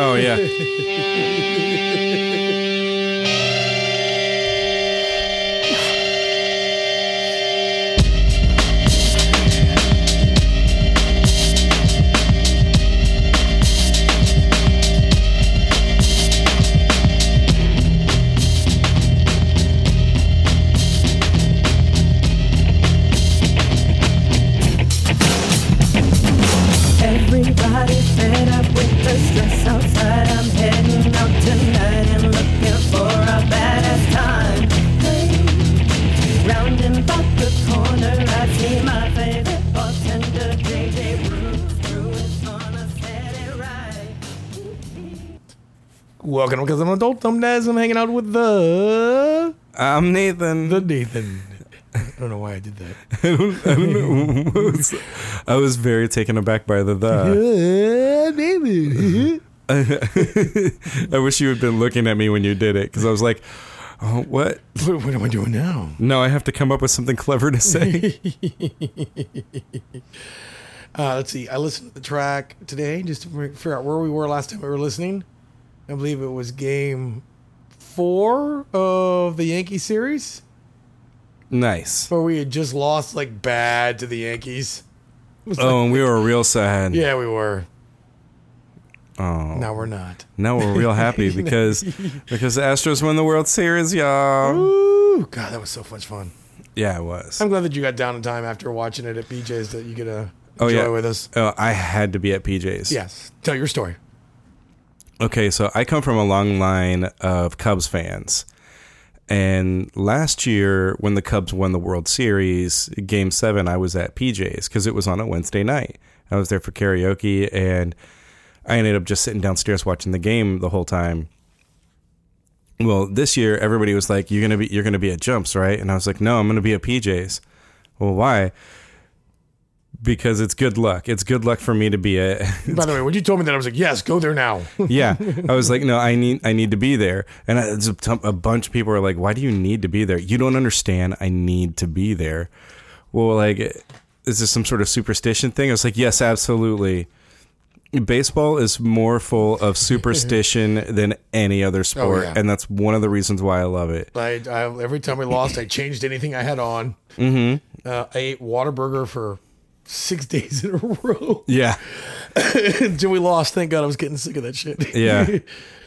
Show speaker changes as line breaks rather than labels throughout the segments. Oh yeah.
Everybody fed up with the stress outside. I'm heading out tonight and looking for a badass time. Rounding about the corner, I see my favorite bartender, JJ Brews. Brew is on a steady ride.
Welcome, because I'm an adult. I'm Naz. I'm hanging out with the
I'm Nathan.
the Nathan. I don't know why I did that.
I don't, I don't know. I was, I was very taken aback by the the.
Uh, Nathan.
I wish you had been looking at me when you did it because I was like, oh, what?
what, what am I doing now?
No, I have to come up with something clever to say.
Uh, let's see. I listened to the track today just to make- figure out where we were last time we were listening. I believe it was game four of the Yankee series,
nice.
where we had just lost like bad to the Yankees. It was like-
Oh, and we were real sad.
yeah, we were.
Oh.
Now we're not.
Now we're real happy because because the Astros won the World Series,
Oh.
y'all.
Ooh, God, that was so much fun.
Yeah, it was.
I'm glad that you got down in time after watching it at BJ's that you get to
Oh,
enjoy
yeah.
with us.
Oh, I had to be at PJ's.
Yes. Tell your story.
Okay, so I come from a long line of Cubs fans. And last year, when the Cubs won the World Series, game seven, I was at PJ's because it was on a Wednesday night. I was there for karaoke, and I ended up just sitting downstairs watching the game the whole time. Well, this year everybody was like, "You're gonna be, you're gonna be at Jumps, right?" And I was like, "No, I'm gonna be at PJ's." Well, why? Because it's good luck. It's good luck for me to be at
By the way, when you told me that, I was like, yes, go there now.
yeah i was like no i need i need to be there and I, it's a, t- a bunch of people are like why do you need to be there you don't understand i need to be there well like is this some sort of superstition thing i was like yes absolutely baseball is more full of superstition than any other sport
Oh, yeah.
and that's one of the reasons why i love it
I, I, every time we lost, I changed anything I had on. Mm-hmm. Uh, I ate Whataburger for six days in a row
yeah
until we lost. Thank God I was getting sick of that shit.
yeah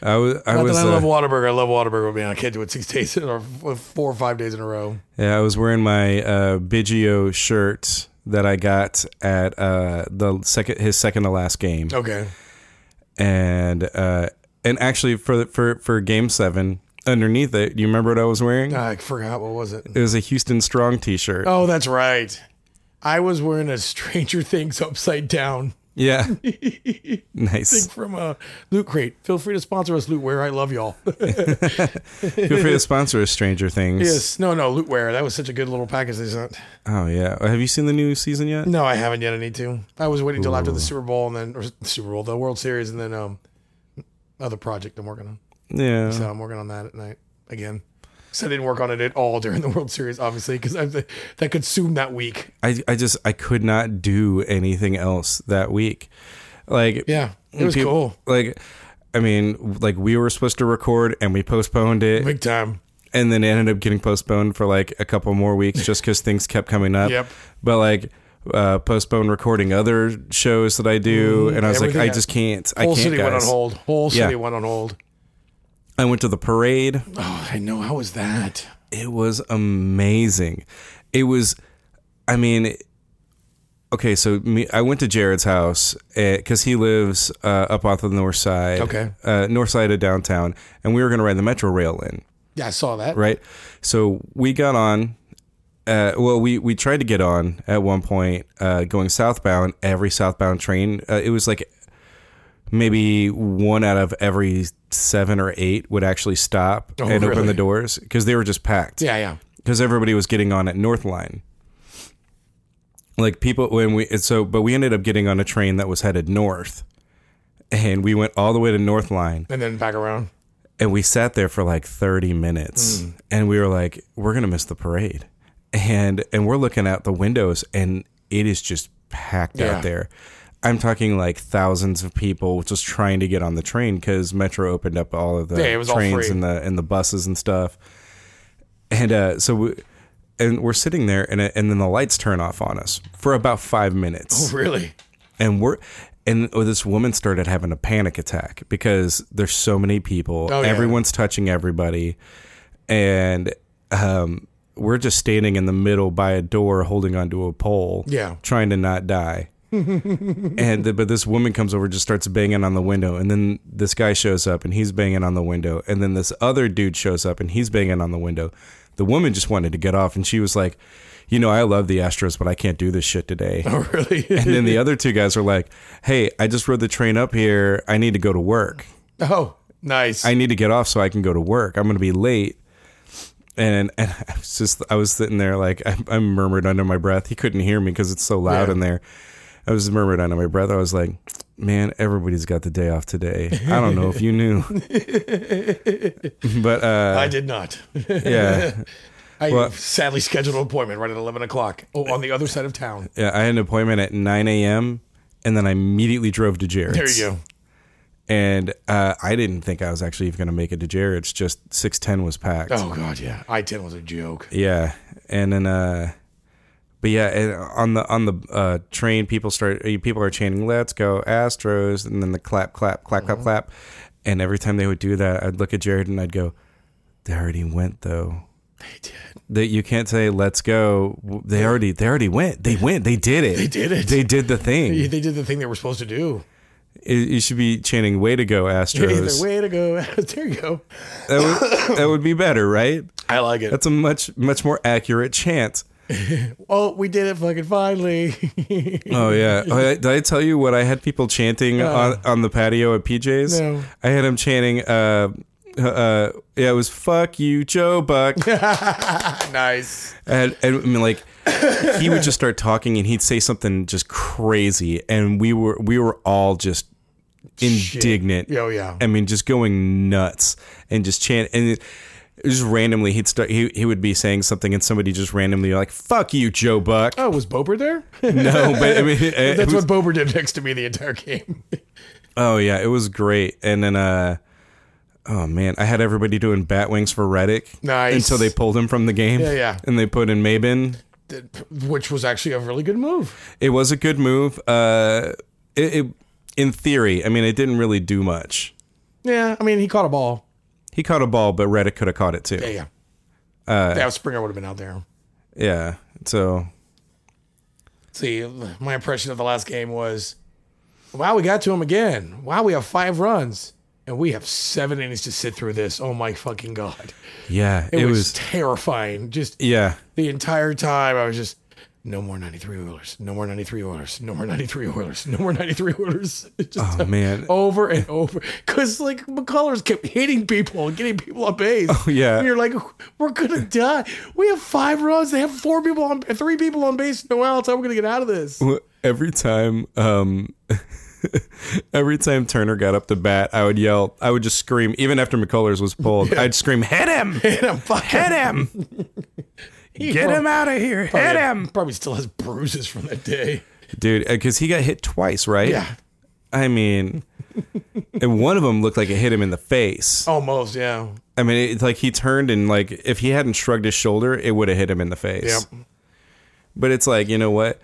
i was i
Not
was
that I
uh,
love Whataburger. I love Whataburger, but man, I can't do it six days in or four or five days in a row.
Yeah, I was wearing my uh, Biggio shirt that I got at uh, the second his second to last game,
Okay.
and uh, and actually for for for game seven underneath it, you remember what I was wearing?
I forgot. What was it?
It was a Houston Strong T-shirt.
Oh, that's right. I was wearing a Stranger Things upside down
Yeah, nice.
thing from uh, Loot Crate. Feel free to sponsor us, Lootware. I love y'all.
Feel free to sponsor us, Stranger Things.
yes. No, no, Lootware. That was such a good little package they sent.
Oh yeah. Have you seen the new season yet?
No, I haven't yet. I need to. I was waiting until after the Super Bowl and then or the Super Bowl, the World Series, and then um, other project I'm working on.
Yeah.
So I'm working on that at night again. So I didn't work on it at all during the World Series, obviously, because that consumed that week.
I I just I could not do anything else that week. Like
Yeah, it was
people-
cool,
Like, I mean, like we were supposed to record and we postponed it,
big time.
and then it ended up getting postponed for like a couple more weeks just because things kept coming up.
Yep.
But like, uh, postpone recording other shows that I do, and I was like,
Mm, everything
I
I-
just can't. I
Whole
can't.
city went on
guys.
hold. Whole
Yeah.
city went on hold.
I went to the parade.
Oh, I know. How was that?
It was amazing. It was, I mean, okay. So me, I went to Jared's house because he lives uh, up off the north side.
Okay.
Uh, north side of downtown, and we were going to ride the metro rail in.
Yeah, I saw that.
right? So we got on. Uh, well, we we tried to get on at one point, uh, going southbound. Every southbound train, uh, it was like maybe one out of every seven or eight would actually stop
Oh,
and open
really?
the doors because they were just packed.
Yeah, yeah.
because everybody was getting on at North Line. Like people when we and so, but we ended up getting on a train that was headed north, and we went all the way to North Line
And then back around.
and we sat there for like 30 minutes
Mm.
and we were like we're gonna miss the parade and and we're looking out the windows and it is just packed
Yeah.
out there I'm talking like thousands of people just trying to get on the train because Metro opened up all of the
Yeah, it was all
trains
free.
and the and the buses and stuff. And uh, so we, and we're sitting there and and then the lights turn off on us for about five minutes
Really?
and we're and oh, this woman started having a panic attack because there's so many people
Oh, yeah.
everyone's touching everybody and um we're just standing in the middle by a door holding onto a pole
Yeah.
trying to not die and the, but this woman comes over just starts banging on the window and then this guy shows up and he's banging on the window and then this other dude shows up and he's banging on the window the woman just wanted to get off and she was like you know i love the astros but i can't do this shit today
Oh, really?
and then the other two guys were like, "Hey, I just rode the train up here. I need to go to work.
oh, nice.
I need to get off so I can go to work. I'm going to be late." And and I was just I was sitting there like I, I murmured under my breath. He couldn't hear me because it's so loud
Yeah.
in there. I was murmured under my breath. I was like, "Man, everybody's got the day off today. I don't know if you knew, but uh,
I did not.
yeah,
I
Well-
sadly scheduled an appointment right at 11 o'clock oh, on the other side of town.
yeah. I had an appointment at 9 a.m. and then I immediately drove to Jared's.
There you go.
and uh, I didn't think I was actually even going to make it to Jared's. Just six ten was packed.
Oh, God, yeah. I 10 was a joke.
Yeah, and then, uh, but yeah, and on the on the uh, train, people start uh, people are chanting "Let's go Astros!" and then the clap, clap, clap,
Mm-hmm.
clap, clap. And every time they would do that, I'd look at Jared and I'd go, "They already went though."
They did.
That you can't say "Let's go." They already they already went. They went. They did it. They
did it.
They did the thing.
Yeah, They did the thing they were supposed to do.
It- you should be chanting "Way to go Astros."
Either way to go. there you go.
That would, that would be better, right?
I like it.
That's a much much more accurate chant.
oh, we did it fucking finally.
Oh yeah. Oh, yeah. Did I tell you what I had people chanting on, on the patio at PJ's?
No.
I had them chanting. Uh, uh, yeah, it was "fuck you, Joe Buck,"
nice.
and, and I mean, like he would just start talking, and he'd say something just crazy, and we were we were all just indignant.
Oh, yeah.
I mean, just going nuts and just chant and. It, just randomly, he'd start. He, he would be saying something, and somebody just randomly like "fuck you, Joe Buck."
Oh, was Bober there?
No, but I mean, it
That's
was-
what Bober did next to me the entire game.
oh yeah, it was great. And then, uh, oh man, I had everybody doing bat wings for Reddick.
Nice.
Until they pulled him from the game.
Yeah, yeah.
And they put in Mabin.
Which was actually a really good move.
It was a good move. Uh, it, it in theory, I mean, it didn't really do much.
Yeah, I mean, he caught a ball.
He caught a ball, but Reddick could have caught it too.
Yeah, yeah. yeah, Springer would have been out there.
Yeah. So
See, my impression of the last game was, wow, we got to him again. Wow, we have five runs. And we have seven innings to sit through this. Oh my fucking god!
yeah,
It,
it,
was,
was,
terrifying. Just
yeah.
the entire time, I was just, no more ninety-three Oilers. No more ninety-three Oilers. No more ninety-three Oilers. No more ninety-three Oilers. It Just
Oh man.
over and over, because like McCullers kept hitting people and getting people on base. Oh
yeah.
and you're like, we're gonna die. We have five runs. They have four people on, three people on base. No outs. How are we gonna get out of this?
every time um every time Turner got up to bat, I would yell, I would just scream, even after McCullers was pulled, I'd scream, hit him!
Hit him, fuck
Hit him! Get him out of here!
Oh,
Hit him!
Probably still has bruises from that day.
Dude, because he got hit twice, right?
Yeah,
I mean, and one of them looked like it hit him in the face.
almost. Yeah,
I mean, it's like he turned and, like, if he hadn't shrugged his shoulder, it would have hit him in the face.
Yep.
But it's like, you know what?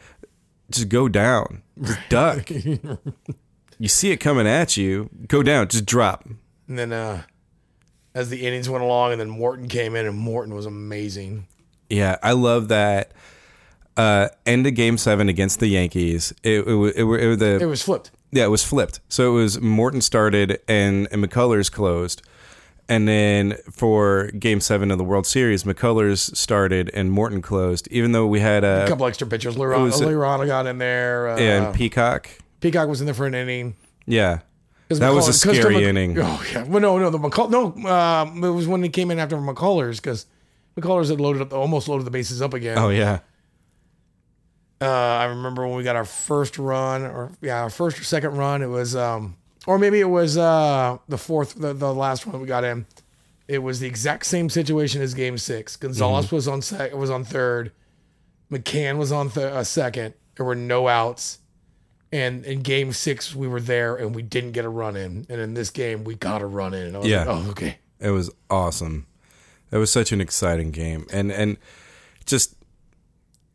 Just go down. Just duck. you see it coming at you, go down, just drop.
and then uh, as the innings went along, and then Morton came in, and Morton was amazing.
Yeah, I love that. Uh, end of game seven against the Yankees. It, it, wa- it, were- it, were the,
It was flipped.
yeah, it was flipped. So it was Morton started and, and McCullers closed. And then for game seven of the World Series, McCullers started and Morton closed, even though we had
A
uh,
couple extra pitchers.
was it?
Lirana got in there. Uh,
and Peacock.
Peacock was in there for an inning.
Yeah.
'Cause
That was a
'cause
scary
Mc-
inning.
Oh yeah, well, no, no, the McCull, no, um, it was when he came in after McCullers because McCullers had loaded up, almost loaded the bases up again.
Oh, yeah.
Uh, I remember when we got our first run, or yeah, our first or second run. It was, um, or maybe it was uh, the fourth, the, the last one we got in. It was the exact same situation as Game Six. Gonzalez was on sec- was on third, McCann was on th- uh, second. There were no outs, And in game six, we were there and we didn't get a run in. And in this game, we got a run in. And I was
Yeah.
like, oh, okay.
It was awesome. It was such an exciting game, and and just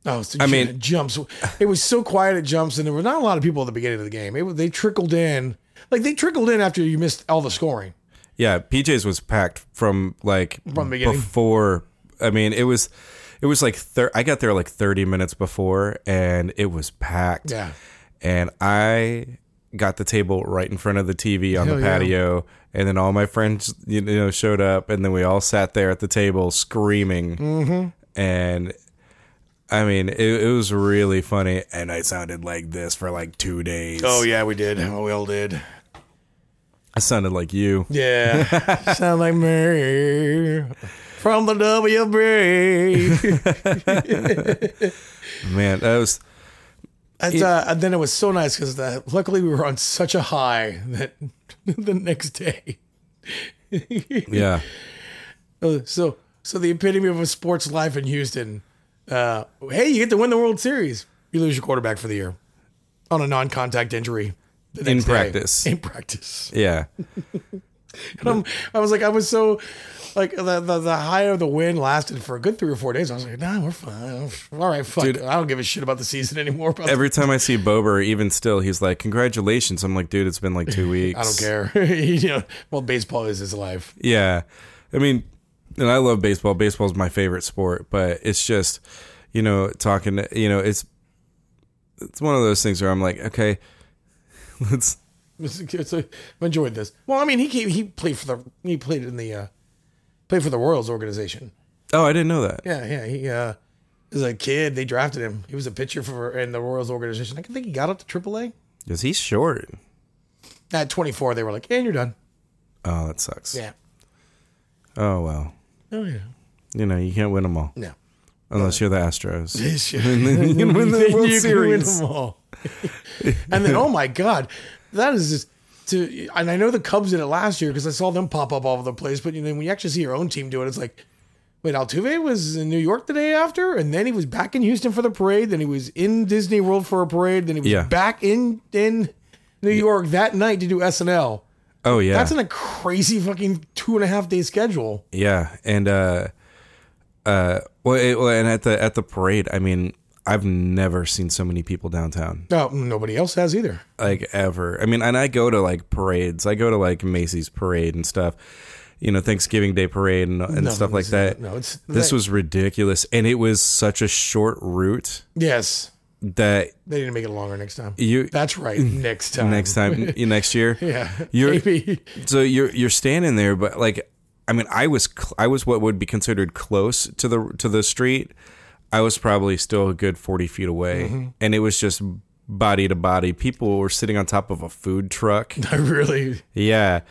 Oh, so
I
I
mean-
mean, jumps. It was so quiet at jumps, and there were not a lot of people at the beginning of the game. It, was- they trickled in, like they trickled in after you missed all the scoring.
yeah, PJ's was packed from like
From the beginning.
before. I mean, it was it was like thir- I got there like thirty minutes before, and it was packed.
Yeah.
and I got the table right in front of the TV on
Hell
the
yeah.
patio, and then all my friends you know showed up, and then we all sat there at the table screaming,
Mm-hmm.
and I mean it, it was really funny, and I sounded like this for like two days.
yeah, we did. Oh, we all did.
I sounded like you.
Yeah, sound like me from the WB.
Man, that was
That's, uh, and then it was so nice because luckily we were on such a high that the next day.
yeah.
Uh, so so the epitome of a sports life in Houston. Uh, hey, you get to win the World Series. You lose your quarterback for the year on a non-contact injury. the next day.
practice.
In practice.
Yeah.
And I'm, I was like, I was so like the, the the high of the wind lasted for a good three or four days. I was like, nah, we're fine. All right, fuck.
Dude.
it. I don't give a shit about the season anymore. About
Every time I see Bober, even still, he's like, Congratulations. I'm like, dude, it's been like two weeks.
I don't care. you know, well, baseball is his life.
Yeah. I mean, and I love baseball. Baseball's my favorite sport, but it's just, you know, talking, to- you know, it's it's one of those things where I'm like, okay, let's
It's- I've enjoyed this. Well, I mean, he came, he played for the he played in the uh, played for the Royals organization.
Oh, I didn't know that.
Yeah, yeah. He uh, was a kid. They drafted him. He was a pitcher for in the Royals organization. I think he got up to AAA.
Cuz he's short.
At 24, they were like, "And you're done."
Oh, that sucks.
Yeah.
Oh, well.
Oh yeah.
You know, you can't win them all
No.
unless you're the Astros.
you
can win the World Series.
and then, oh my God, that is just. To, and I know the Cubs did it last year because I saw them pop up all over the place. But you know, when you actually see your own team do it, it's like, wait, Altuve was in New York the day after, and then he was back in Houston for the parade. Then he was in Disney World for a parade. Then he was
Yeah.
back in in New York that night to do SNL.
Oh, yeah.
That's in a crazy fucking two and a half day schedule.
Yeah, and uh, uh, well, it, well, and at the at the parade, I mean, I've never seen so many people downtown,
No, nobody else has either.
like ever. I mean, and I go to like parades. I go to like Macy's parade and stuff. You know, Thanksgiving Day parade and, and
No,
stuff like
it's-
that.
no, it's-
this
they-
was ridiculous, and it was such a short route
Yes,
that
they didn't make it longer next time.
you
That's right. Next time.
next time next year.
Yeah.
You're-
maybe.
So you're you're standing there, but like, I mean, I was cl- I was what would be considered close to the to the street. I was probably still a good forty feet away,
Mm-hmm.
and it was just body to body. People were sitting on top of a food truck.
I really.
yeah,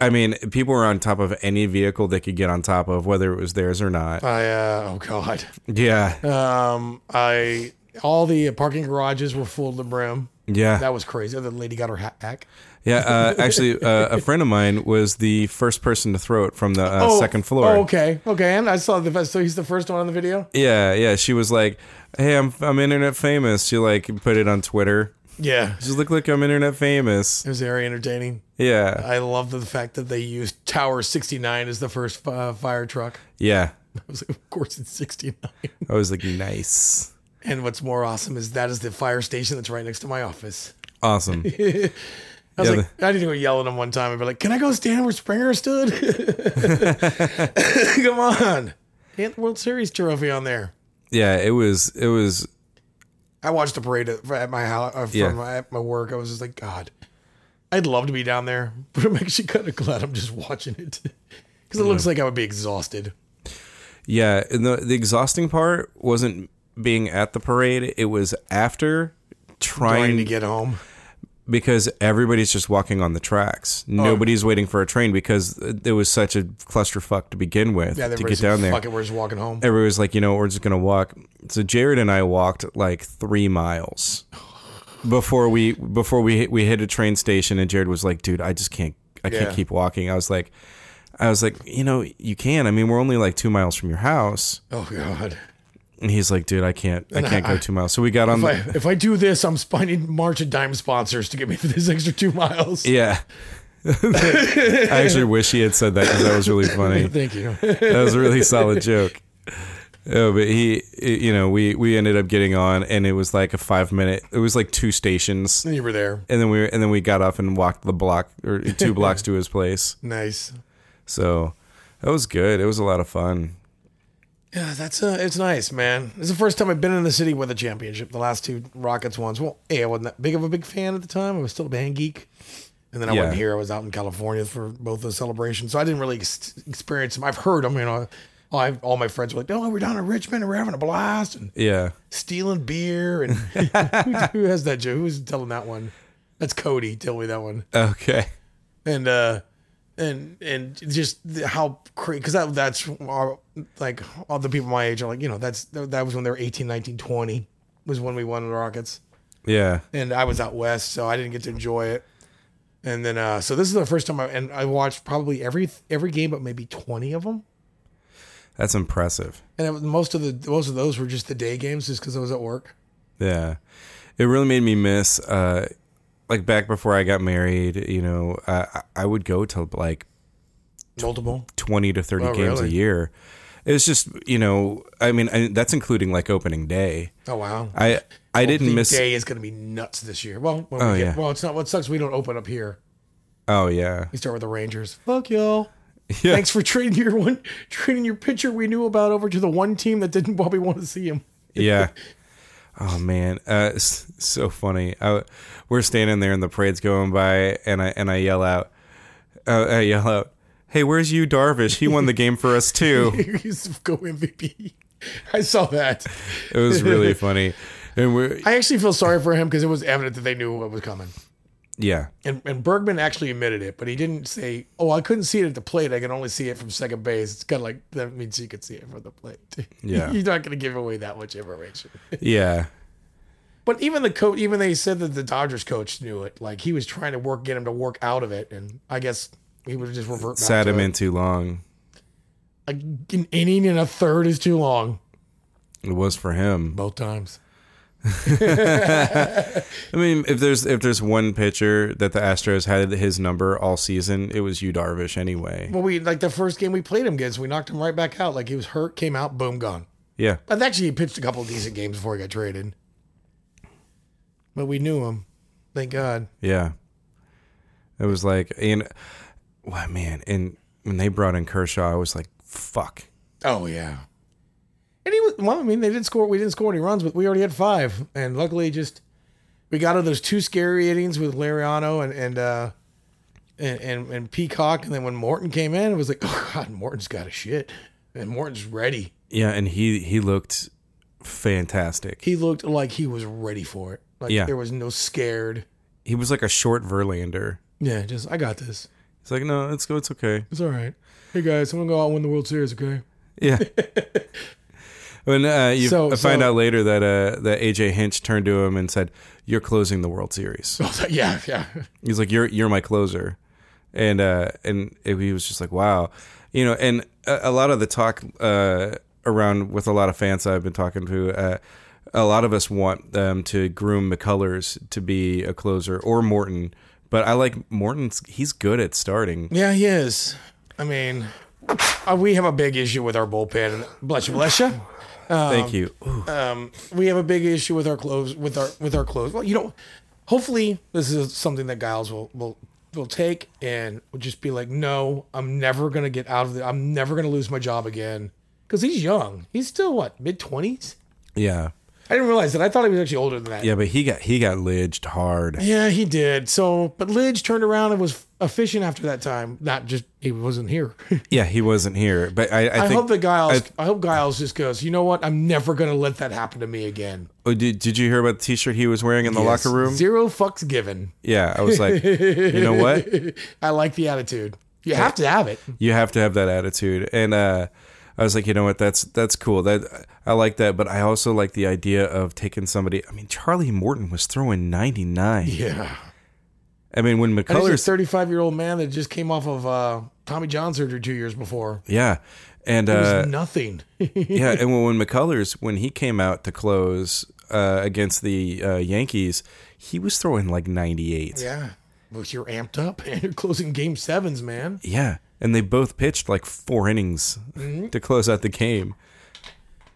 I mean, people were on top of any vehicle they could get on top of, whether it was theirs or not.
I. Uh, oh God.
yeah,
Um. I. All the parking garages were full to the brim.
yeah,
That was crazy. The lady got her hat back.
yeah. Uh, actually, uh, a friend of mine was the first person to throw it from the uh, second floor.
Oh, okay. Okay. And I saw the. So he's the first one on the video.
Yeah, yeah. She was like, "Hey, I'm I'm internet famous." She like put it on Twitter.
Yeah.
Just look like I'm internet famous.
It was very entertaining.
Yeah,
I love the fact that they used Tower 69 as the first uh, fire truck.
yeah.
I was like, of course it's 69.
I was like, nice,
And what's more awesome is that is the fire station that's right next to my office.
awesome.
I was
Yeah,
like, I need to go yell at him one time and be like, "Can I go stand where Springer stood? Come on, get the World Series trophy on there."
Yeah, it was. It was.
I watched the parade at at my house uh, from
Yeah.
my, at my work. I was just like, "God, I'd love to be down there, but I'm actually kind of glad I'm just watching it because it looks like I would be exhausted."
Yeah, and the the exhausting part wasn't being at the parade. It was after
Trying
trying
to get home.
because everybody's just walking on the tracks.
Oh.
Nobody's waiting for a train because it was such a clusterfuck to begin with
Yeah,
to
everybody's
get down
like,
there.
Fuck it, we're just walking home.
everybody was like, you know, we're just gonna walk. So Jared and I walked like three miles before we before we hit, we hit a train station, and Jared was like, dude, I just can't, I
Yeah.
can't keep walking. I was like, I was like, you know, you can. I mean, we're only like two miles from your house,
Oh God,
And he's like, dude, I can't, I can't go two miles. So we got on
If I,
the,
if I do this, I'm finding March and Dime sponsors to get me for this extra two miles.
yeah. I actually wish he had said that because that was really funny.
Thank you.
that was a really solid joke. Oh, but he, you know, we we ended up getting on, and it was like a five minute. It was like two stations,
you were there.
and then we were, and then we got off and walked the block or two blocks to his place.
Nice.
So that was good. It was a lot of fun.
Yeah, that's uh, it's nice, man. It's the first time I've been in the city with a championship. The last two Rockets ones. Well, a I wasn't that big of a big fan at the time. I was still a band geek, and then I
Yeah.
wasn't here. I was out in California for both those celebrations, so I didn't really ex- experience them. I've heard them. You know, I, all my friends were like, "Oh, we're down in Richmond and we're having a blast and
Yeah,
stealing beer." And who has that joke? Who's telling that one? That's Cody. Tell me that one
okay,
and uh and and just the- how crazy because that that's our, like all the people my age are like you know that's that was when they were 18 19 20 was when we won the rockets
yeah,
and i was out west so i didn't get to enjoy it and then uh so this is the first time i and i watched probably every every game but maybe 20 of them
that's impressive.
and it, was- most of the most of those were just the day games just because i was at work
Yeah, it really made me miss. Uh, like back before I got married, you know, I I would go to like
multiple
20 to 30
Oh,
games a
really?
year. It's just, you know, I mean, I, that's including like opening day.
oh wow
I I didn't
Opening
miss
day is going to be nuts this year well when we
Oh,
get,
yeah.
well it's not what sucks we don't open up here
Oh yeah.
we start with the rangers fuck y'all
Yeah.
Thanks for trading your one, trading your pitcher we knew about over to the one team that didn't probably want to see him.
Yeah. Oh man, uh, it's so funny. I, we're standing there and the parade's going by and I and I yell out uh, I yell out, "Hey, where's you Darvish? He won the game for us too."
He's go MVP. I saw that.
It was really funny. And we are
I actually feel sorry for him because it was evident that they knew what was coming.
yeah.
And, and Bergman actually admitted it, but he didn't say, "Oh, I couldn't see it at the plate. I could only see it from second base." It's kind of like that means you could see it from the plate.
Yeah.
you're not going to give away that much information.
Yeah.
But even the coach, even they said that the Dodgers coach knew it. Like he was trying to work, get him to work out of it, and I guess he would just revert. back
Sat
to
him
it.
in too long.
A- an inning and a third is too long.
It was for him.
Both times.
I mean, if there's if there's one pitcher that the Astros had his number all season, it was you Darvish anyway.
Well, we like the first game we played him against, we knocked him right back out. Like he was hurt, came out, boom, gone.
Yeah.
But actually, he pitched a couple of decent games before he got traded. But we knew him. Thank God.
Yeah. It was like, and wow, man, and when they brought in Kershaw, I was like, fuck.
Oh yeah. And he was well. I mean, they didn't score. We didn't score any runs, but we already had five. And luckily, just we got out of those two scary innings with Lariano and and uh, and, and and Peacock. And then when Morton came in, it was like, oh God, Morton's got a shit, and Morton's ready.
Yeah, and he he looked fantastic.
He looked like he was ready for it. Like
Yeah.
there was no scared.
He was like a short Verlander.
Yeah, just I got this.
He's like, no, it's go, it's okay.
It's all right. Hey guys, I'm gonna go out and win the World Series. Okay.
Yeah. When uh, you
So-
I find
so-
out later that uh, that AJ Hinch turned to him and said, "You're closing the World Series."
yeah, yeah.
He's like, "You're you're my closer," and uh, and it- he was just like, "Wow," you know. And a, a lot of the talk uh, around with a lot of fans I've been talking to, uh, a lot of us want them to groom McCullers to be a closer or Morton, but I like Morton's. He's good at starting.
Yeah, he is. I mean, uh, we have a big issue with our bullpen. Bless you, bless you.
Thank you. Ooh,
Um, we have a big issue with our clothes, with our with our clothes. Well, you know, hopefully this is something that Giles will will will take and will just be like, no, I'm never gonna get out of it. I'm never gonna lose my job again because he's young. He's still what mid twenties.
yeah,
I didn't realize that. I thought he was actually older than that.
yeah. But he got he got lidged hard.
Yeah, he did. So, but Lidge turned around and was efficient after that time. Not just he wasn't here.
Yeah, he wasn't here. But I, I,
I,
think,
hope that Giles. I, hope Giles just goes. You know what? I'm never gonna let that happen to me again.
Oh, did, did you hear about the T-shirt he was wearing in the
Yes.
locker room?
Zero fucks given.
Yeah, I was like, you know what?
I like the attitude. You have to have it.
you have to have that attitude and uh I was like, you know what? That's that's cool. That I like that, but I also like the idea of taking somebody. I mean, Charlie Morton was throwing ninety nine.
Yeah.
I mean, when
There's a
McCullers,
35 year old man that just came off of uh, Tommy John surgery two years before.
yeah, And
It was
uh,
nothing.
yeah, and when, when McCullers when he came out to close uh, against the uh, Yankees, he was throwing like 98.
yeah. But you're amped up and you're closing game sevens, man.
Yeah. And they both pitched like four innings
Mm-hmm.
to close out the game.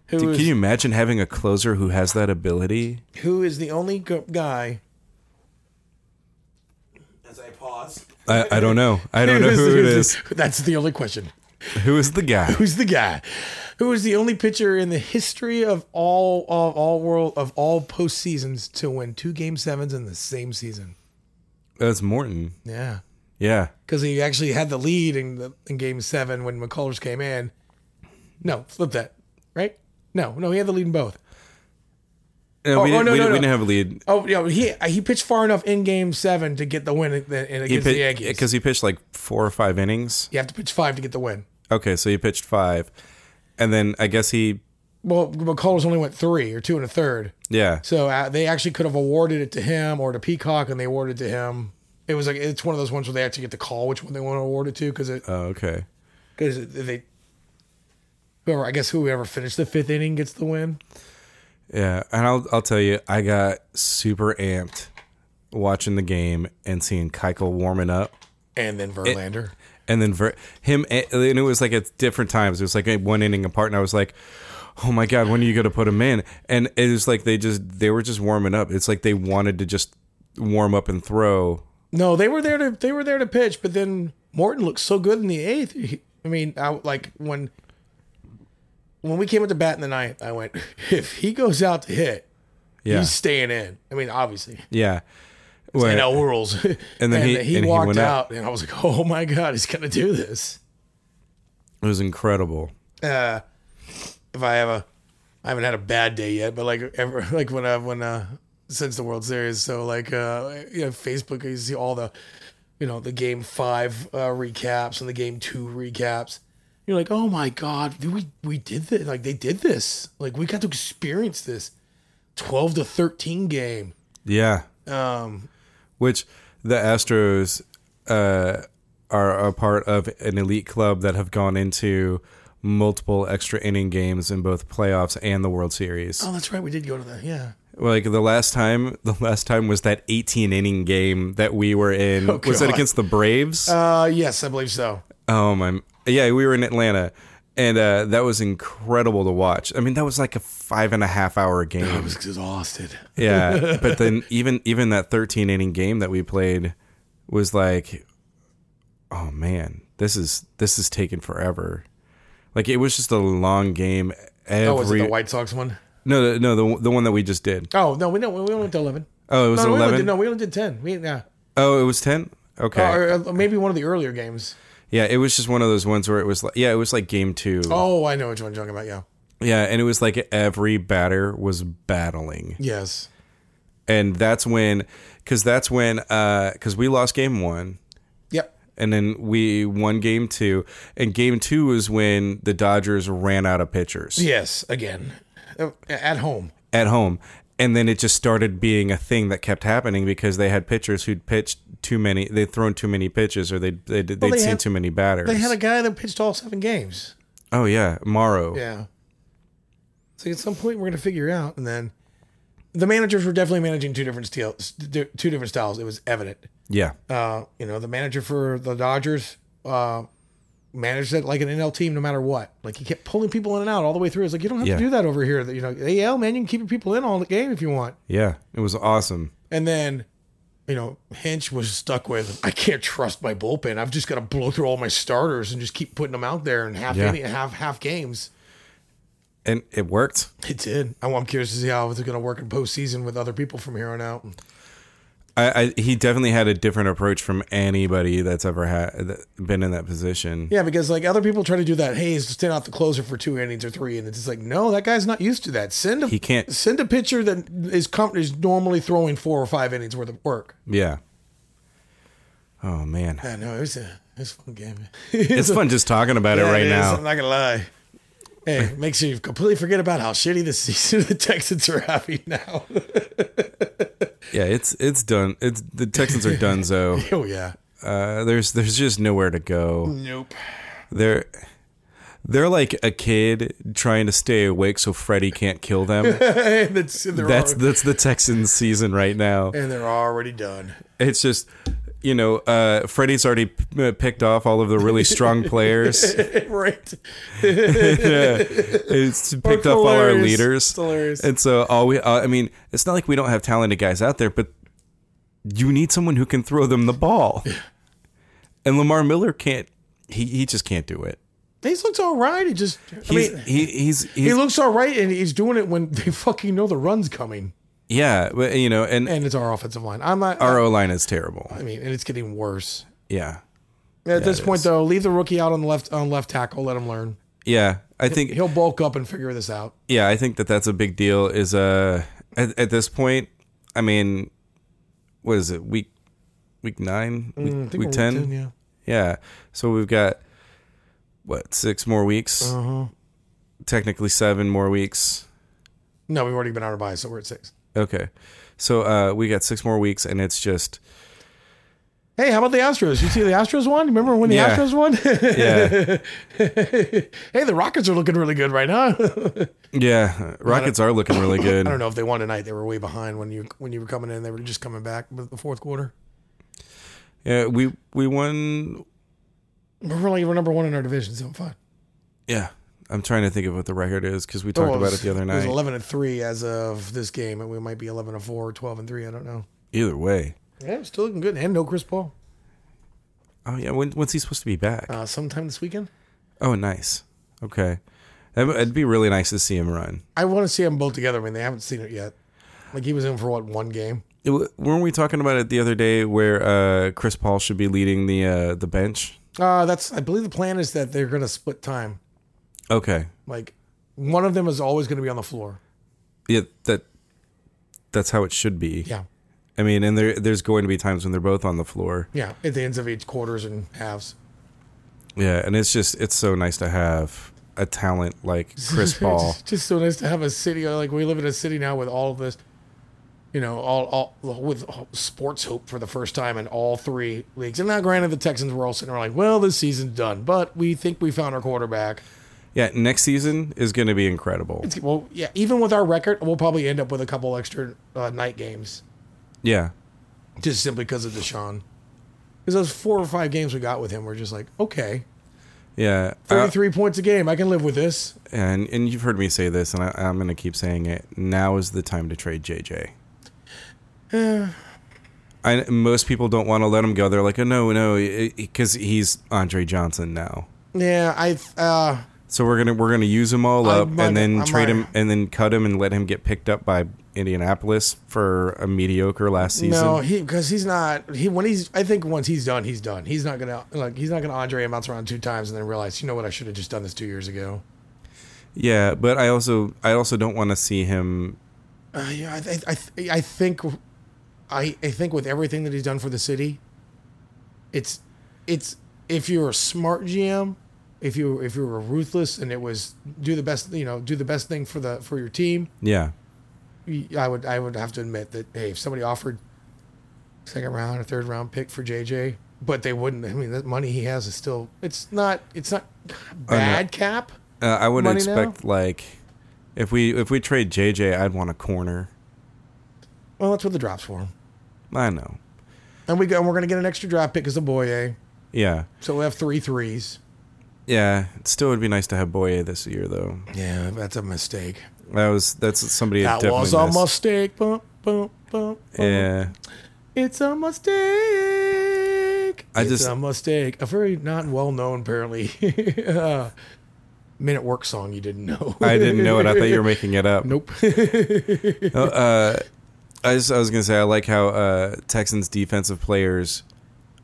Who
Dude,
is-
can you imagine having a closer who has that ability?
who is the only gu- guy
As I pause,
I, I don't know. I don't know who it is.
That's the only question.
Who is the guy?
Who's the guy? Who is the only pitcher in the history of all of all world of all postseasons to win two game sevens in the same season?
That's Morton.
Yeah,
Yeah.
because he actually had the lead in the, in game seven when McCullers came in. No, flip that. Right? No, no, he had the lead in both.
No,
Oh,
we,
oh,
didn't,
no,
we,
no,
didn't- we
no.
didn't have a lead.
Oh, yeah, he he pitched far enough in game seven to get the win in, in,
He
against the
pitched
Yankees.
because he pitched like four or five innings.
you have to pitch five to get the win.
Okay, so he pitched five, and then I guess he
Well, McCullers only went three or two and a third.
yeah
So uh, they actually could have awarded it to him or to Peacock, and they awarded it to him. It was like it's one of those ones where they actually get to call which one they want to award it to because it
Oh, okay.
because they whoever I guess whoever finished the fifth inning gets the win.
Yeah, and I'll I'll tell you, I got super amped watching the game and seeing Keuchel warming up,
And then Verlander.
and then ver- him and and it was like at different times. It was like one inning apart, and I was like, "Oh my god, when are you going to put him in?" And it was like they just they were just warming up. It's like they wanted to just warm up and throw.
no, they were there to they were there to pitch, but then Morton looked so good in the eighth. He- I mean, I like when when we came up to bat in the ninth, I went if he goes out to hit,
Yeah,
he's staying in. I mean, obviously.
yeah. Well,
and L rules. And
then he- and he
walked
went
out,
out.
and I was like, oh my god, he's gonna do this.
it was incredible.
Uh, if I have a, I haven't had a bad day yet, but like ever, like when I when uh since the World Series, so like uh you know Facebook, you see all the, you know the game five uh, recaps and the game two recaps. You're like, oh my god, dude, we we did this. Like they did this. Like we got to experience this. Twelve to thirteen game.
Yeah,
Um,
which the Astros uh, are a part of an elite club that have gone into multiple extra inning games in both playoffs and the World Series.
oh, that's right, we did go to that. Yeah.
Like the last time, the last time was that 18 inning game that we were in.
Oh,
was it
God.
against the Braves?
Uh, yes, I believe so.
oh my! Yeah, we were in Atlanta. And uh, that was incredible to watch. I mean, that was like a five and a half hour game.
was exhausted.
Yeah, but then even even that 13 inning game that we played was like, oh man, this is this is taking forever. Like it was just a long game. Every
Oh, was it the White Sox one?
no no no the the one that we just did.
Oh no, we no, we only went to eleven.
Oh, it was
no, we only
11.
did, no, we only did ten. We yeah,
Oh, it was 10. Okay,
or, or maybe one of the earlier games.
yeah, it was just one of those ones where it was like yeah, it was like game two.
Oh, I know which one you're talking about. Yeah.
Yeah, and it was like every batter was battling.
Yes.
and that's when because that's when because we lost game one
Yep.
and then we won game two and game two was when the dodgers ran out of pitchers
Yes. Again, Uh, at home.
at home and then it just started being a thing that kept happening because they had pitchers who'd pitched too many they'd thrown too many pitches or they'd, they'd, they'd
they
seen
had-
too many batters
They had a guy that pitched all seven games.
oh yeah morrow
Yeah. See, at some point we're gonna figure out, and then the managers were definitely managing two different styles. Two different styles. It was evident.
yeah
uh, you know, the manager for the Dodgers uh, managed it like an NL team, no matter what. Like he kept pulling people in and out all the way through. It's like you don't have
Yeah.
to do that over here. That you know, AL man, you can keep your people in all the game if you want.
yeah it was awesome
And then, you know, Hinch was stuck with I can't trust my bullpen. I've just got to blow through all my starters and just keep putting them out there in half
Yeah.
inning, half half games.
and it worked
It did. I- I'm curious to see how it's going to work in postseason with other people from here on out.
I, I, he definitely had a different approach from anybody that's ever had that, been in that position.
Yeah, because like other people try to do that. Hey, he's staying out the closer for two innings or three innings. It's like, no, that guy's not used to that. Send a
He can't-
send a pitcher that is com- is normally throwing four or five innings worth of work.
Yeah. Oh man,
I know it was a it's a fun game.
it's fun just talking about it right
I'm
now.
not gonna lie. Hey, make sure you completely forget about how shitty the season of the Texans are having now.
Yeah, it's it's done. It's the Texans are done. So
oh yeah.
uh, there's there's just nowhere to go.
Nope.
There, They're like a kid trying to stay awake so Freddy can't kill them.
that's and they're,
That's
already,
that's the Texans season right now.
and they're already done.
It's just, you know, uh, Freddy's already p- uh, picked off all of the really strong players.
right.
It's picked off all our
hilarious.
leaders.
It's hilarious.
And so all we, uh, I mean, it's not like we don't have talented guys out there, but you need someone who can throw them the ball. And Lamar Miller can't. He he just can't do it.
He looks all right. He just, I
He's,
mean,
he, he's, he's
he looks all right, and he's doing it when they fucking know the run's coming,
yeah, but, you know, and
and it's our offensive line. I'm not.
our O line is terrible.
I mean, and it's getting worse.
Yeah,
At this
it
point,
is.
though, leave the rookie out on the left on left tackle. Let him learn.
yeah. I think
He'll bulk up and figure this out.
yeah, I think that that's a big deal. Is uh at, at this point, I mean, what is it week week nine week,
Mm, I think
week
we're
ten?
yeah.
yeah, so we've got what six more weeks?
Uh-huh.
Technically seven more weeks.
No, we've already been out of buy, so we're at six.
Okay, so uh we got six more weeks, and it's just
Hey, how about the Astros? You see the Astros won? Remember when the
Yeah.
Astros won?
yeah,
hey, the Rockets are looking really good right now.
yeah. Rockets are looking really good.
I don't know if they won tonight. They were way behind when you when you were coming in. They were just coming back with the fourth quarter.
Yeah, we we won.
We're really we're number one in our division, so I'm fine.
Yeah, I'm trying to think of what the record is because we talked
Oh, Well,
about it the other
It was
night.
11 and three as of this game, and we might be 11 and four, or 12 and three. I don't know.
Either way.
Yeah, still looking good, and no Chris Paul.
Oh yeah, when, when's he supposed to be back?
Uh, sometime this weekend,
Oh, nice. Okay. That w- It'd be really nice to see him run.
I want to see them both together. I mean, they haven't seen it yet. Like he was in for what one game?
It w- weren't we talking about it the other day where uh, Chris Paul should be leading the uh, the bench?
Uh, that's I believe the plan is that they're going to split time.
Okay.
Like one of them is always going to be on the floor.
Yeah, that that's how it should be.
Yeah,
I mean, and there there's going to be times when they're both on the floor.
yeah. At the ends of each quarters and halves.
Yeah, and it's just it's so nice to have a talent like Chris Paul.
It's just so nice to have a city like we live in a city now with all of this, you know, all all with sports hope for the first time in all three leagues. And now, granted, the Texans were all sitting around like, well, this season's done, but we think we found our quarterback.
Yeah, next season is going to be incredible.
Well, yeah, even with our record, we'll probably end up with a couple extra uh, night games
Yeah.
just simply because of Deshaun. Because those four or five games we got with him were just like, okay,
Yeah. Uh,
thirty-three points a game, I can live with this.
and and you've heard me say this and I, I'm going to keep saying it. Now is the time to trade JJ.
Eh,
I, most people don't want to let him go. They're like, oh no, no, because he's Andre Johnson now.
yeah, I. Uh,
So we're gonna we're gonna use him all
I
up
might-
and then
I
trade him
might-
and then cut him and let him get picked up by Indianapolis for a mediocre last season.
No, he because he's not. He when he's. I think once he's done, he's done. He's not gonna like. He's not gonna Andre and bounce around two times and then realize, you know what, I should have just done this two years ago.
yeah, but I also I also don't want to see him.
Uh, yeah, I, th- I, th- I think, I, I think with everything that he's done for the city, it's, it's if you're a smart GM, if you if you were ruthless and it was do the best you know do the best thing for the for your team,
Yeah,
y- I would I would have to admit that hey, if somebody offered second round or third round pick for JJ, but they wouldn't. I mean, that money he has is still it's not it's not bad cap.
uh, I would
Money
expect like if we if we trade JJ, I'd want a corner.
Well, that's what the drops for him.
I know.
And we go and we're gonna get an extra draft pick as a boy, eh?
Yeah,
so we will have three threes.
yeah. It still would be nice to have Boye this year though.
Yeah, that's a mistake.
That was that's somebody
That
definitely
was a
missed.
mistake. Bump, bump, bump, bump.
Yeah.
It's a mistake.
I
it's
just-
a mistake. A very not well known apparently uh, minute work song you didn't know.
I didn't know it. I thought you were making it up.
Nope.
Uh, I, just, I was gonna say I like how uh, Texans defensive players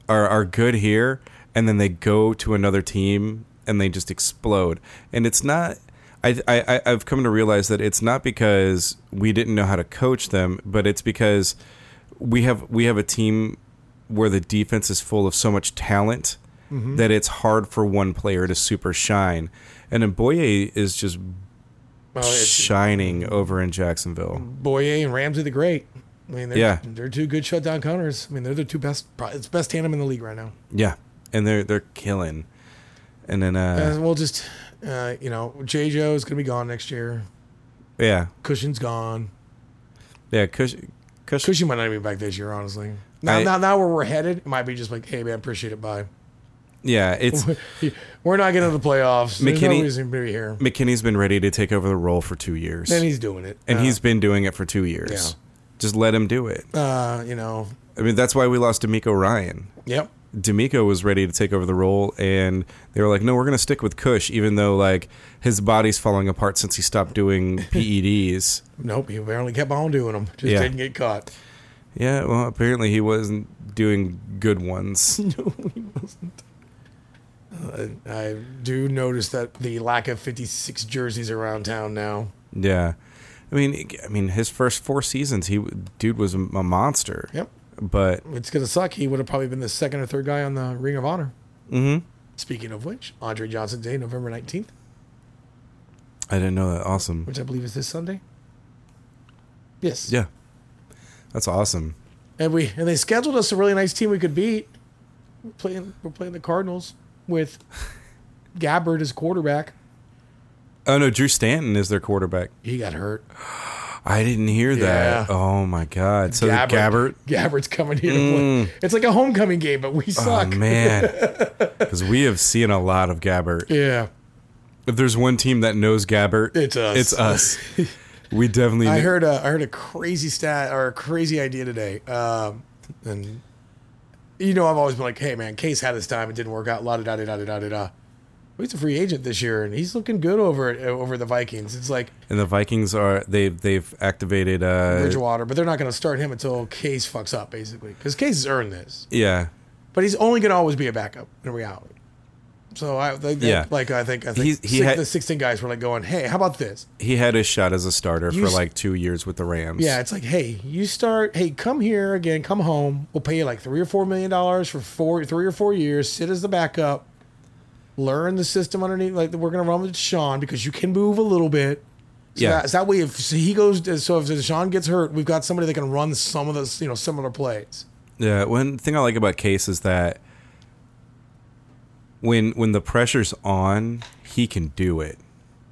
are are good here, and then they go to another team and they just explode. And it's not. I, I I- I've come to realize that it's not because we didn't know how to coach them, but it's because we have we have a team where the defense is full of so much talent that it's hard for one player to super shine. And Boye is just
Well, Oh, it's
shining over in Jacksonville.
Boye and Ramsey the Great. I mean, they're,
Yeah.
they're two good shutdown counters. I mean, they're the two best. pro- It's best tandem in the league right now.
Yeah, and they're they're killing. And then uh,
And we'll just Uh, you know, J. Joe is going to be gone next year.
Yeah,
Cushion's gone.
yeah. Cushion, cushion.
Cushion might not even be back this year, honestly. Now,
I-
now, now where we're headed, it might be just like, hey, man, appreciate it. Bye.
Yeah, it's
We're not getting to the playoffs. There's no
McKinney-
reason to be here.
McKinney's been ready to take over the role for two years,
And he's doing it.
And
Uh,
he's been doing it for two years. Just let him do it.
uh, you know,
I mean, that's why we lost D'Amico Ryan.
yep.
D'Amico was ready to take over the role, and they were like, "No, we're going to stick with Kush," even though like his body's falling apart since he stopped doing E PEDs.
Nope. He apparently kept on doing them. Just
Yeah.
didn't get caught.
Yeah, well, apparently he wasn't doing good ones.
Uh, I do notice that the lack of 56 jerseys around town now.
yeah, I mean, I mean, his first four seasons, he dude was a monster.
Yep.
But
It's going to suck. He would have probably been the second or third guy on the Ring of Honor.
mhm.
Speaking of which, Andre Johnson Day, November 19th,
I didn't know that. Awesome.
which I believe is this Sunday. Yes.
Yeah, that's awesome.
And we and they scheduled us a really nice team we could beat. We're playing we're playing the Cardinals with Gabbard as quarterback.
Oh no, Drew Stanton is their quarterback.
He got hurt.
I didn't hear that.
Yeah.
Oh my god. So Gabbert. Mm.
Gabbard's coming here. to play. It's like a homecoming game, but we
Oh
suck.
man, because we have seen a lot of Gabbert.
Yeah.
If there's one team that knows Gabbert,
It's us.
It's us. we definitely.
I
kn-
heard a, I heard a crazy stat or a crazy idea today. Um, and you know, I've always been like, hey man, Case had his time, it didn't work out. La da da da da da da da. He's a free agent this year, and he's looking good over at- over the Vikings. It's like
And the Vikings are they've they've activated. Uh,
Bridgewater, but they're not going to start him until Case fucks up, basically, because Case has earned this.
yeah,
But he's only going to always be a backup in reality. So I, like,
Yeah.
like I think I think
He's- he
six-
had-
the sixteen guys were like going, hey, how about this?
he had his shot as a starter
You
for
s-
like two years with the Rams.
Yeah, it's like, hey, you start, hey, come here again, come home. We'll pay you like three or four million dollars for four, three or four years. Sit as the backup, learn the system underneath. Like we're gonna run with Sean because you can move a little bit. So
Yeah.
that, so that way, if so he goes, so if Sean gets hurt, we've got somebody that can run some of those, you know, similar plays.
Yeah, one thing I like about Case is that when when the pressure's on, he can do it.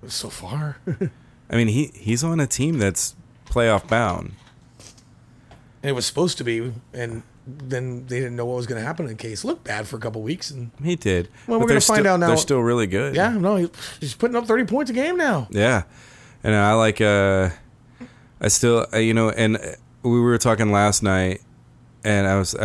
So far,
I mean, he he's on a team that's playoff bound.
And it was supposed to be, and then they didn't know what was going to happen. In case looked bad for a couple weeks, and
He did.
Well, we're
But they're
gonna find
still-
out now.
They're still really good.
yeah, no, he, he's putting up thirty points a game now.
Yeah. And I like uh I still uh, you know and uh, we were talking last night and I was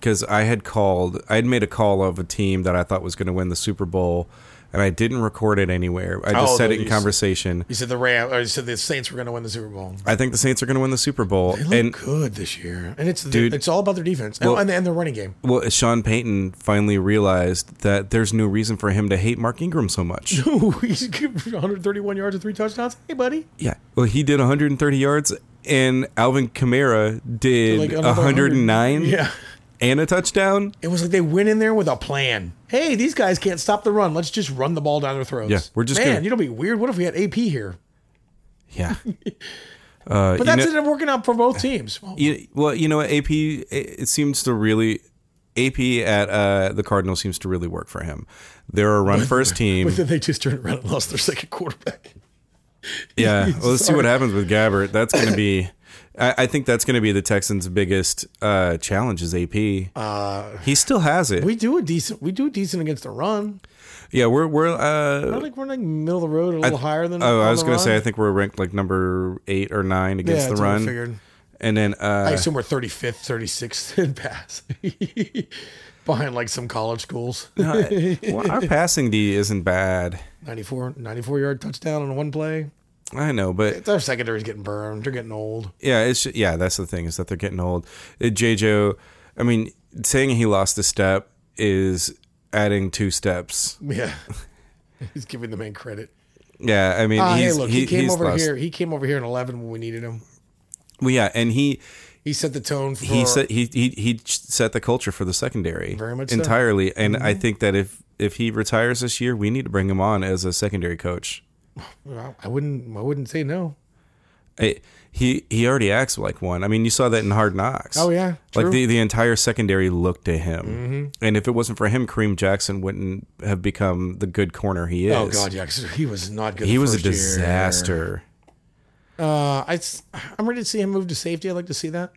cuz I had called I had made a call of a team that I thought was going to win the Super Bowl and I didn't record it anywhere. I just
Oh,
said
the-
it in
you-
conversation.
You said the Ram, or you said the Saints were going to win the Super Bowl.
I think the Saints are going to win the Super Bowl
They look
and
good this year, and it's
Dude.
it's all about their defense and-
Well-
and, and their running game.
well Sean Payton finally realized that there's no reason for him to hate Mark Ingram so much.
He's given 131 yards and three touchdowns. Hey, buddy,
yeah. Well, he did 130 yards and Alvin Kamara did
Like another
109
Yeah,
and a touchdown.
it was like they went in there with a plan. Hey, these guys can't stop the run. Let's just run the ball down their throats.
Yeah, we're just
man.
gonna-
You know, be weird. What if we had AP here?
Yeah. Uh,
But
you
that's
know-
ended up working out for both teams. Well,
you- well, you know what? AP, it, it seems to really, AP at uh, the Cardinals seems to really work for him. They're a run first team.
but then they just turned around and lost their second quarterback.
yeah. Well, let's see what happens with Gabbert. That's going to be, I, I think that's going to be the Texans' biggest uh, challenge is AP. he still has it.
Uh, We do a decent. We do decent against the run.
yeah. We're, we're,
I
uh,
think we're like middle of the road, a little higher than.
oh, I
on
was
the
going to say, I
run.
think we're ranked like number eight or nine
Yeah,
against
that's
the
what I
run.
figured.
And then,
I
uh,
assume we're 35th, 36th in pass behind like some college schools.
well, our passing D isn't bad.
94, 94 yard touchdown on one play.
I know, but
Their secondary's getting burned. They're getting old.
Yeah, it's yeah. That's the thing is that they're getting old. It, JJ, I mean, saying he lost a step is adding two steps.
Yeah. he's giving the man credit.
Yeah, I mean,
Ah, hey,
he's,
look,
he,
he, came
he's
over
lost-
here. He came over here in 11 when we needed him.
Well, yeah, and he
He set the tone for
he set he, he he set the culture for the secondary
Very much so. Mm-hmm.
entirely. And I think that if if he retires this year, we need to bring him on as a secondary coach.
I wouldn't I wouldn't say no.
It, he he already acts like one. I mean, you saw that in Hard Knocks.
Oh, yeah. True. Mm-hmm.
like the the entire secondary looked to him, and if it wasn't for him, Kareem Jackson wouldn't have become the good corner he is.
Oh God, yeah, 'cause he was not good.
he
the
was a
first year.
disaster.
Uh, I, am ready to see him move to safety. I'd like to see that,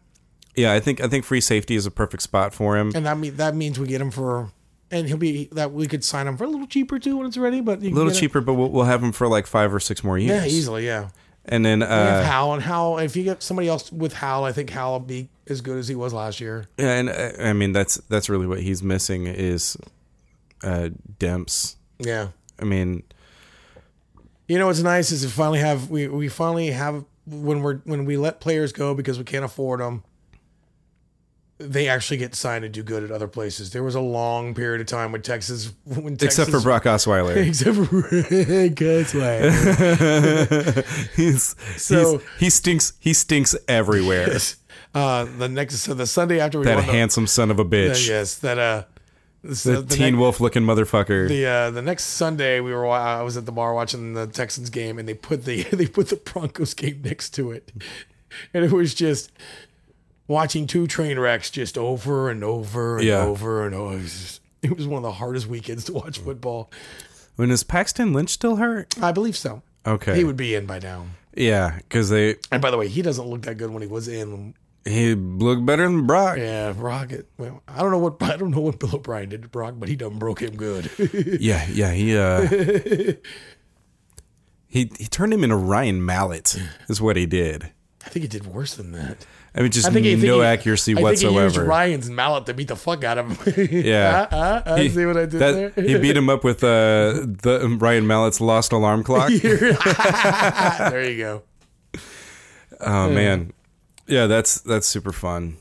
Yeah, I think I think free safety is a perfect spot for him.
and that mean, that means we get him for, and he'll be that we could sign him for a little cheaper too when it's ready. But you
A
can
little
get him-
cheaper, but we'll, we'll have him for like five or six more years.
yeah, easily, yeah.
and then
We
uh,
have Hal and Hal. If you get somebody else with Hal, I think Hal will be as good as he was last year.
Yeah, and uh, I mean that's that's really what he's missing is uh Demps.
Yeah.
I mean,
You know what's nice is we finally have we we finally have when we're when we let players go because we can't afford them. They actually get signed and do good at other places. There was a long period of time when Texas, when Texas,
except for Brock Osweiler,
except for God's way.
he's,
So-
he's- he stinks. He stinks everywhere.
Uh, the next so the Sunday after we
That
won the-
handsome son of a
uh,
bitch,
yes, that uh,
the,
so the
teen
next-
wolf looking motherfucker.
the uh, the next Sunday we were wa- I was at the bar watching the Texans game and they put the they put the Broncos game next to it, and it was just watching two train wrecks just over and over and
Yeah.
over and over. It was, just- it was one of the hardest weekends to watch football.
when is Paxton Lynch still hurt?
I believe so.
Okay,
He would be in by now.
yeah, because they
And by the way, he doesn't look that good when he was in.
he looked better than Brock. Yeah,
Yeah, Rocket. Well, I don't know what I don't know what Bill O'Brien did to Brock, but he done broke him good.
yeah, he uh, he he turned him into Ryan Mallett is what he did.
I think he did worse than that.
I mean, just
I think he, I think
no
he-
accuracy
I
whatsoever.
Think he used Ryan's mallet to beat the fuck out of him.
Yeah.
uh, uh, uh, see what I did
that-
there?
he beat him up with uh, the Ryan Mallett's lost alarm clock.
Ah, there you go.
Oh man, yeah, that's that's super fun.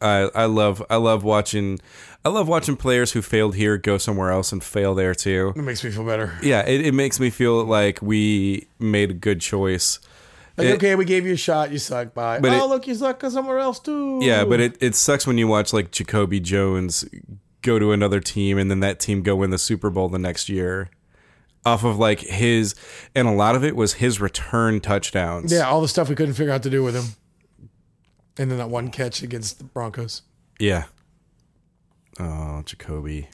I I love I love watching I love watching players who failed here go somewhere else and fail there too.
It makes me feel better.
Yeah, it, it makes me feel like we made a good choice.
Like,
It-
okay, we gave you a shot. You suck. Bye.
But
oh,
it-
look, you suck 'cause somewhere else too.
Yeah, but it, it sucks when you watch like Jacoby Jones go to another team and then that team go win the Super Bowl the next year off of like his and a lot of it was his return touchdowns.
yeah, all the stuff we couldn't figure out to do with him, and then that one catch against the Broncos.
Yeah. Oh, Jacoby.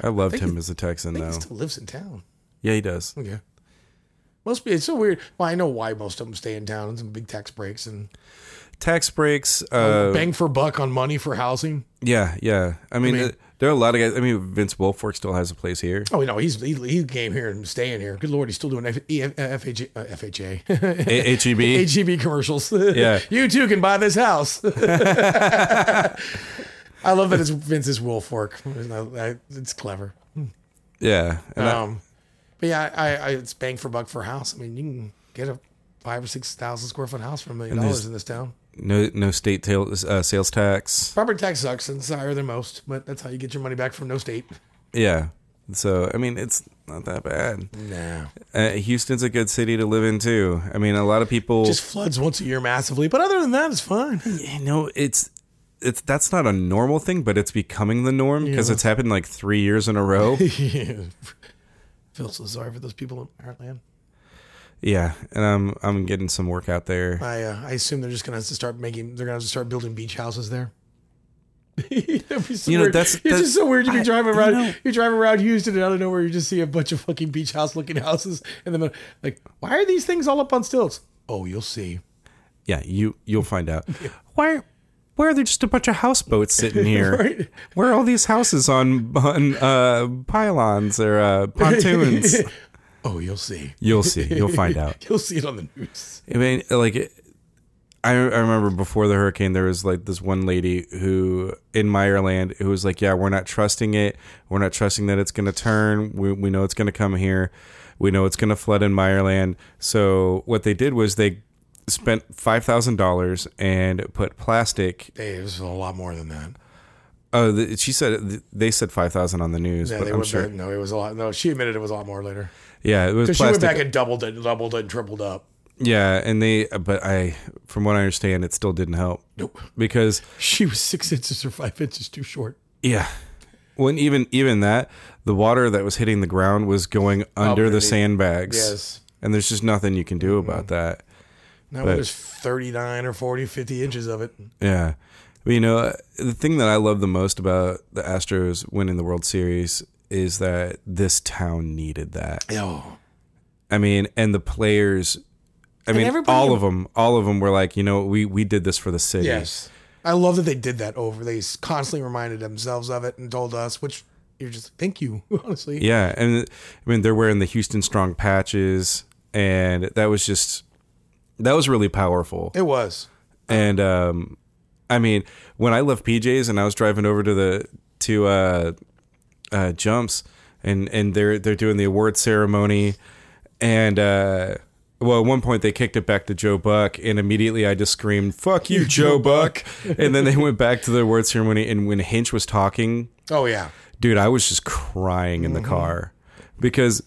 I loved him as a Texan,
He
though.
still lives in town.
Yeah, he does.
Yeah. Must be. It's so weird. Well, I know why most of them stay in town and some big tax breaks and
Tax breaks. Uh,
bang for buck on money for housing.
yeah, yeah. I mean,
mean-
uh, there are a lot of guys. I mean, Vince Wilfork still has a place here.
Oh no, he's he, he came here and staying here. Good lord, he's still doing F, E- F, FHA, uh, FHA.
A- HEB.
AGB E commercials.
E Yeah.
you too can buy this house. I love that it's Vince's will fork. I- I- It's clever.
Yeah. And I-
Um, but yeah, I, I it's bang for buck for a house. I mean, you can get a five or six thousand square foot house for a million dollars
there's-
in this town.
no, no state tail, uh, sales tax.
Property tax sucks and it's higher than most, but that's how you get your money back from no state.
Yeah. So, I mean, it's not that bad.
Nah.
Uh, Houston's a good city to live in, too. I mean, a lot of people.
Just floods once a year massively, but other than that, it's fine.
you know it's it's that's not a normal thing but it's becoming the norm because it's happened like three years in a row
Feel so sorry for those people in Heartland.
yeah and i'm i'm getting some work out there
I uh, I assume they're just gonna have to start making. They're gonna have to start building beach houses there. That'd be so
You know,
weird.
that's-
it's
that's-
just so weird to be
I-
driving
you
around. You
know-
are driving around Houston and out of nowhere you just see a bunch of fucking beach house looking houses, and then like, why are these things all up on stilts? Oh, you'll see.
yeah you you'll find out why why are there just a bunch of houseboats sitting here
Right?
where are all these houses on on uh pylons or uh pontoons
Oh, you'll see.
you'll see you'll find out
You'll see it on the news.
I mean, like, I, I remember before the hurricane, there was like this one lady who in Meyerland who was like, "Yeah, we're not trusting it. We're not trusting that it's going to turn. We we know it's going to come here. We know it's going to flood in Meyerland." So what they did was they spent five thousand dollars and put plastic.
Hey, it was a lot more than that.
Oh, the, she said they said five thousand on the news,
Yeah,
but
they
I'm
went
sure.
back. No, it was a lot. No, she admitted it was a lot more later.
Yeah, it was
But
plastic.
she went back and doubled it, doubled it, and tripled up.
yeah, and they. But I, from what I understand, it still didn't help.
Nope.
Because
She was six inches or five inches too short.
Yeah. When even even that, the water that was hitting the ground was going under the
Underneath.
sandbags.
Yes. Mm-hmm.
and there's just nothing you can do about that.
Now
But-
there's 39 or 40, 50 inches of it.
Yeah. But, you know, the thing that I love the most about the Astros winning the World Series is that this town needed that.
Oh.
I mean, and the players, I mean,
everybody-
all of them, all of them were like, you know, we, we did this for the city.
Yes. I love that they did that over. They s- constantly reminded themselves of it and told us, which you're just, thank you, honestly.
Yeah. And I mean, they're wearing the Houston Strong patches. And that was just, that was really powerful.
It was.
And um, I mean, when I left PJs and I was driving over to the to uh, uh, jumps, and and they're they're doing the award ceremony, and uh, well, at one point they kicked it back to Joe Buck, and immediately I just screamed "Fuck you, Joe Buck!" and then they went back to the award ceremony, and when Hinch was talking,
Oh, yeah.
dude, I was just crying in
Mm-hmm.
the car because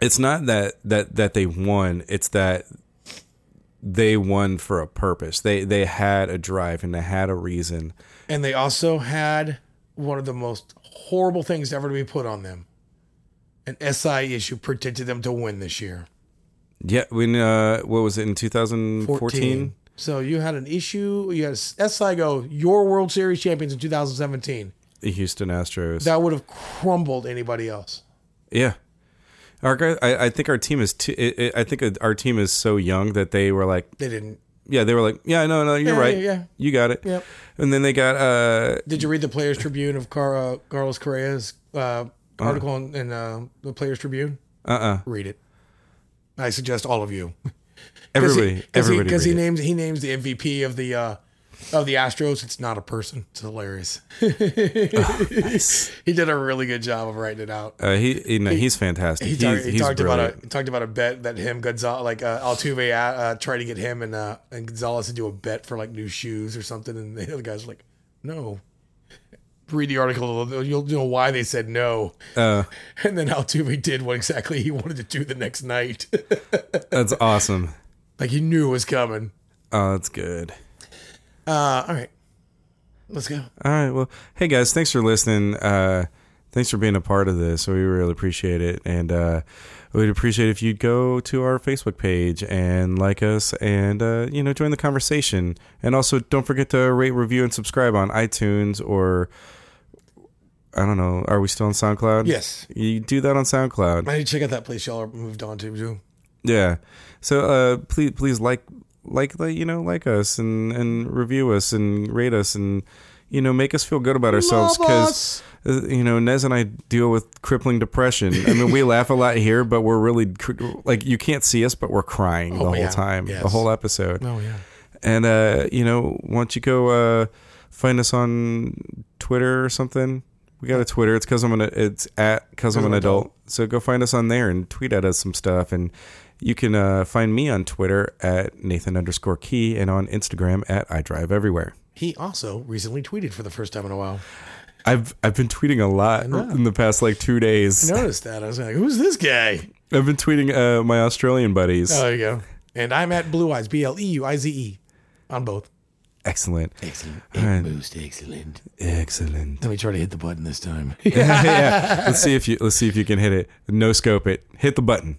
it's not that that that they won; it's that they won for a purpose. They they had a drive and they had a reason.
And they also had one of the most horrible things ever to be put on them. An SI issue predicted them to win this year.
Yeah, when uh, what was it in 2014?
So you had an issue. You had SI go, your World Series champions in 2017.
The Houston Astros.
That would have crumbled anybody else.
yeah. Our guy, I, I think our team is. Too, i i I think our team is so young that they were like,
They didn't.
yeah, they were like, yeah, no, no, you're
Yeah,
right,
yeah, yeah.
you got it.
Yep.
And then they got uh,
Did you read the Players Tribune of Car- uh, Carlos Correa's uh, article in, in uh, the Players Tribune?
uh-uh.
Read it. I suggest all of you.
everybody,
Cause
everybody,
Because he,
read it.
names he names the MVP of the uh, of the Astros. It's not a person. It's hilarious. He did a really good job of writing it out.
Uh, he, he, no, he's fantastic.
He,
He's,
talked- he
he's
talked about a
brilliant.
he talked about a bet that him Gonzalez like uh, Altuve uh, uh, tried to get him and uh, and Gonzalez to do a bet for like new shoes or something, and the other guys were like, no. Read the article; you'll know why they said no.
Uh,
and then Altuve did what exactly he wanted to do the next night.
That's awesome.
like he knew it was coming.
Oh, that's good.
Uh, all right, let's go.
All right. Well, hey guys, thanks for listening. Uh, thanks for being a part of this. We really appreciate it, and uh, we'd appreciate if you'd go to our Facebook page and like us, and uh, you know, join the conversation. And also, don't forget to rate, review, and subscribe on iTunes or I don't know. Are we still on SoundCloud?
Yes.
You do that on SoundCloud.
I need to check out that place y'all are moved on to too.
Yeah. So uh please please like like like you know like us and and review us and rate us and you know make us feel good about ourselves cuz you know Nez and I deal with crippling depression. I mean we laugh a lot here but we're really cr- like you can't see us but we're crying the whole
Oh, yeah.
time the
Yes.
whole episode.
Oh yeah.
And uh you know why don't you go uh find us on Twitter or something? We got a Twitter. It's cuz I'm an it's at cuz I'm an adult. So go find us on there and tweet at us some stuff. And you can uh, find me on Twitter at Nathan underscore Key and on Instagram at I Drive Everywhere.
He also recently tweeted for the first time in a while.
I've I've been tweeting a lot in the past like two days.
noticed that. I was like, who's this guy?
I've been tweeting uh, my Australian buddies.
Oh, there you go. And I'm at Blue Eyes, B L E U I Z E, on both.
Excellent,
Excellent.
right.
Boost, excellent.
excellent.
Let me try to hit the button this time.
yeah, let's see if you let's see if you can hit it. No scope it. Hit the button.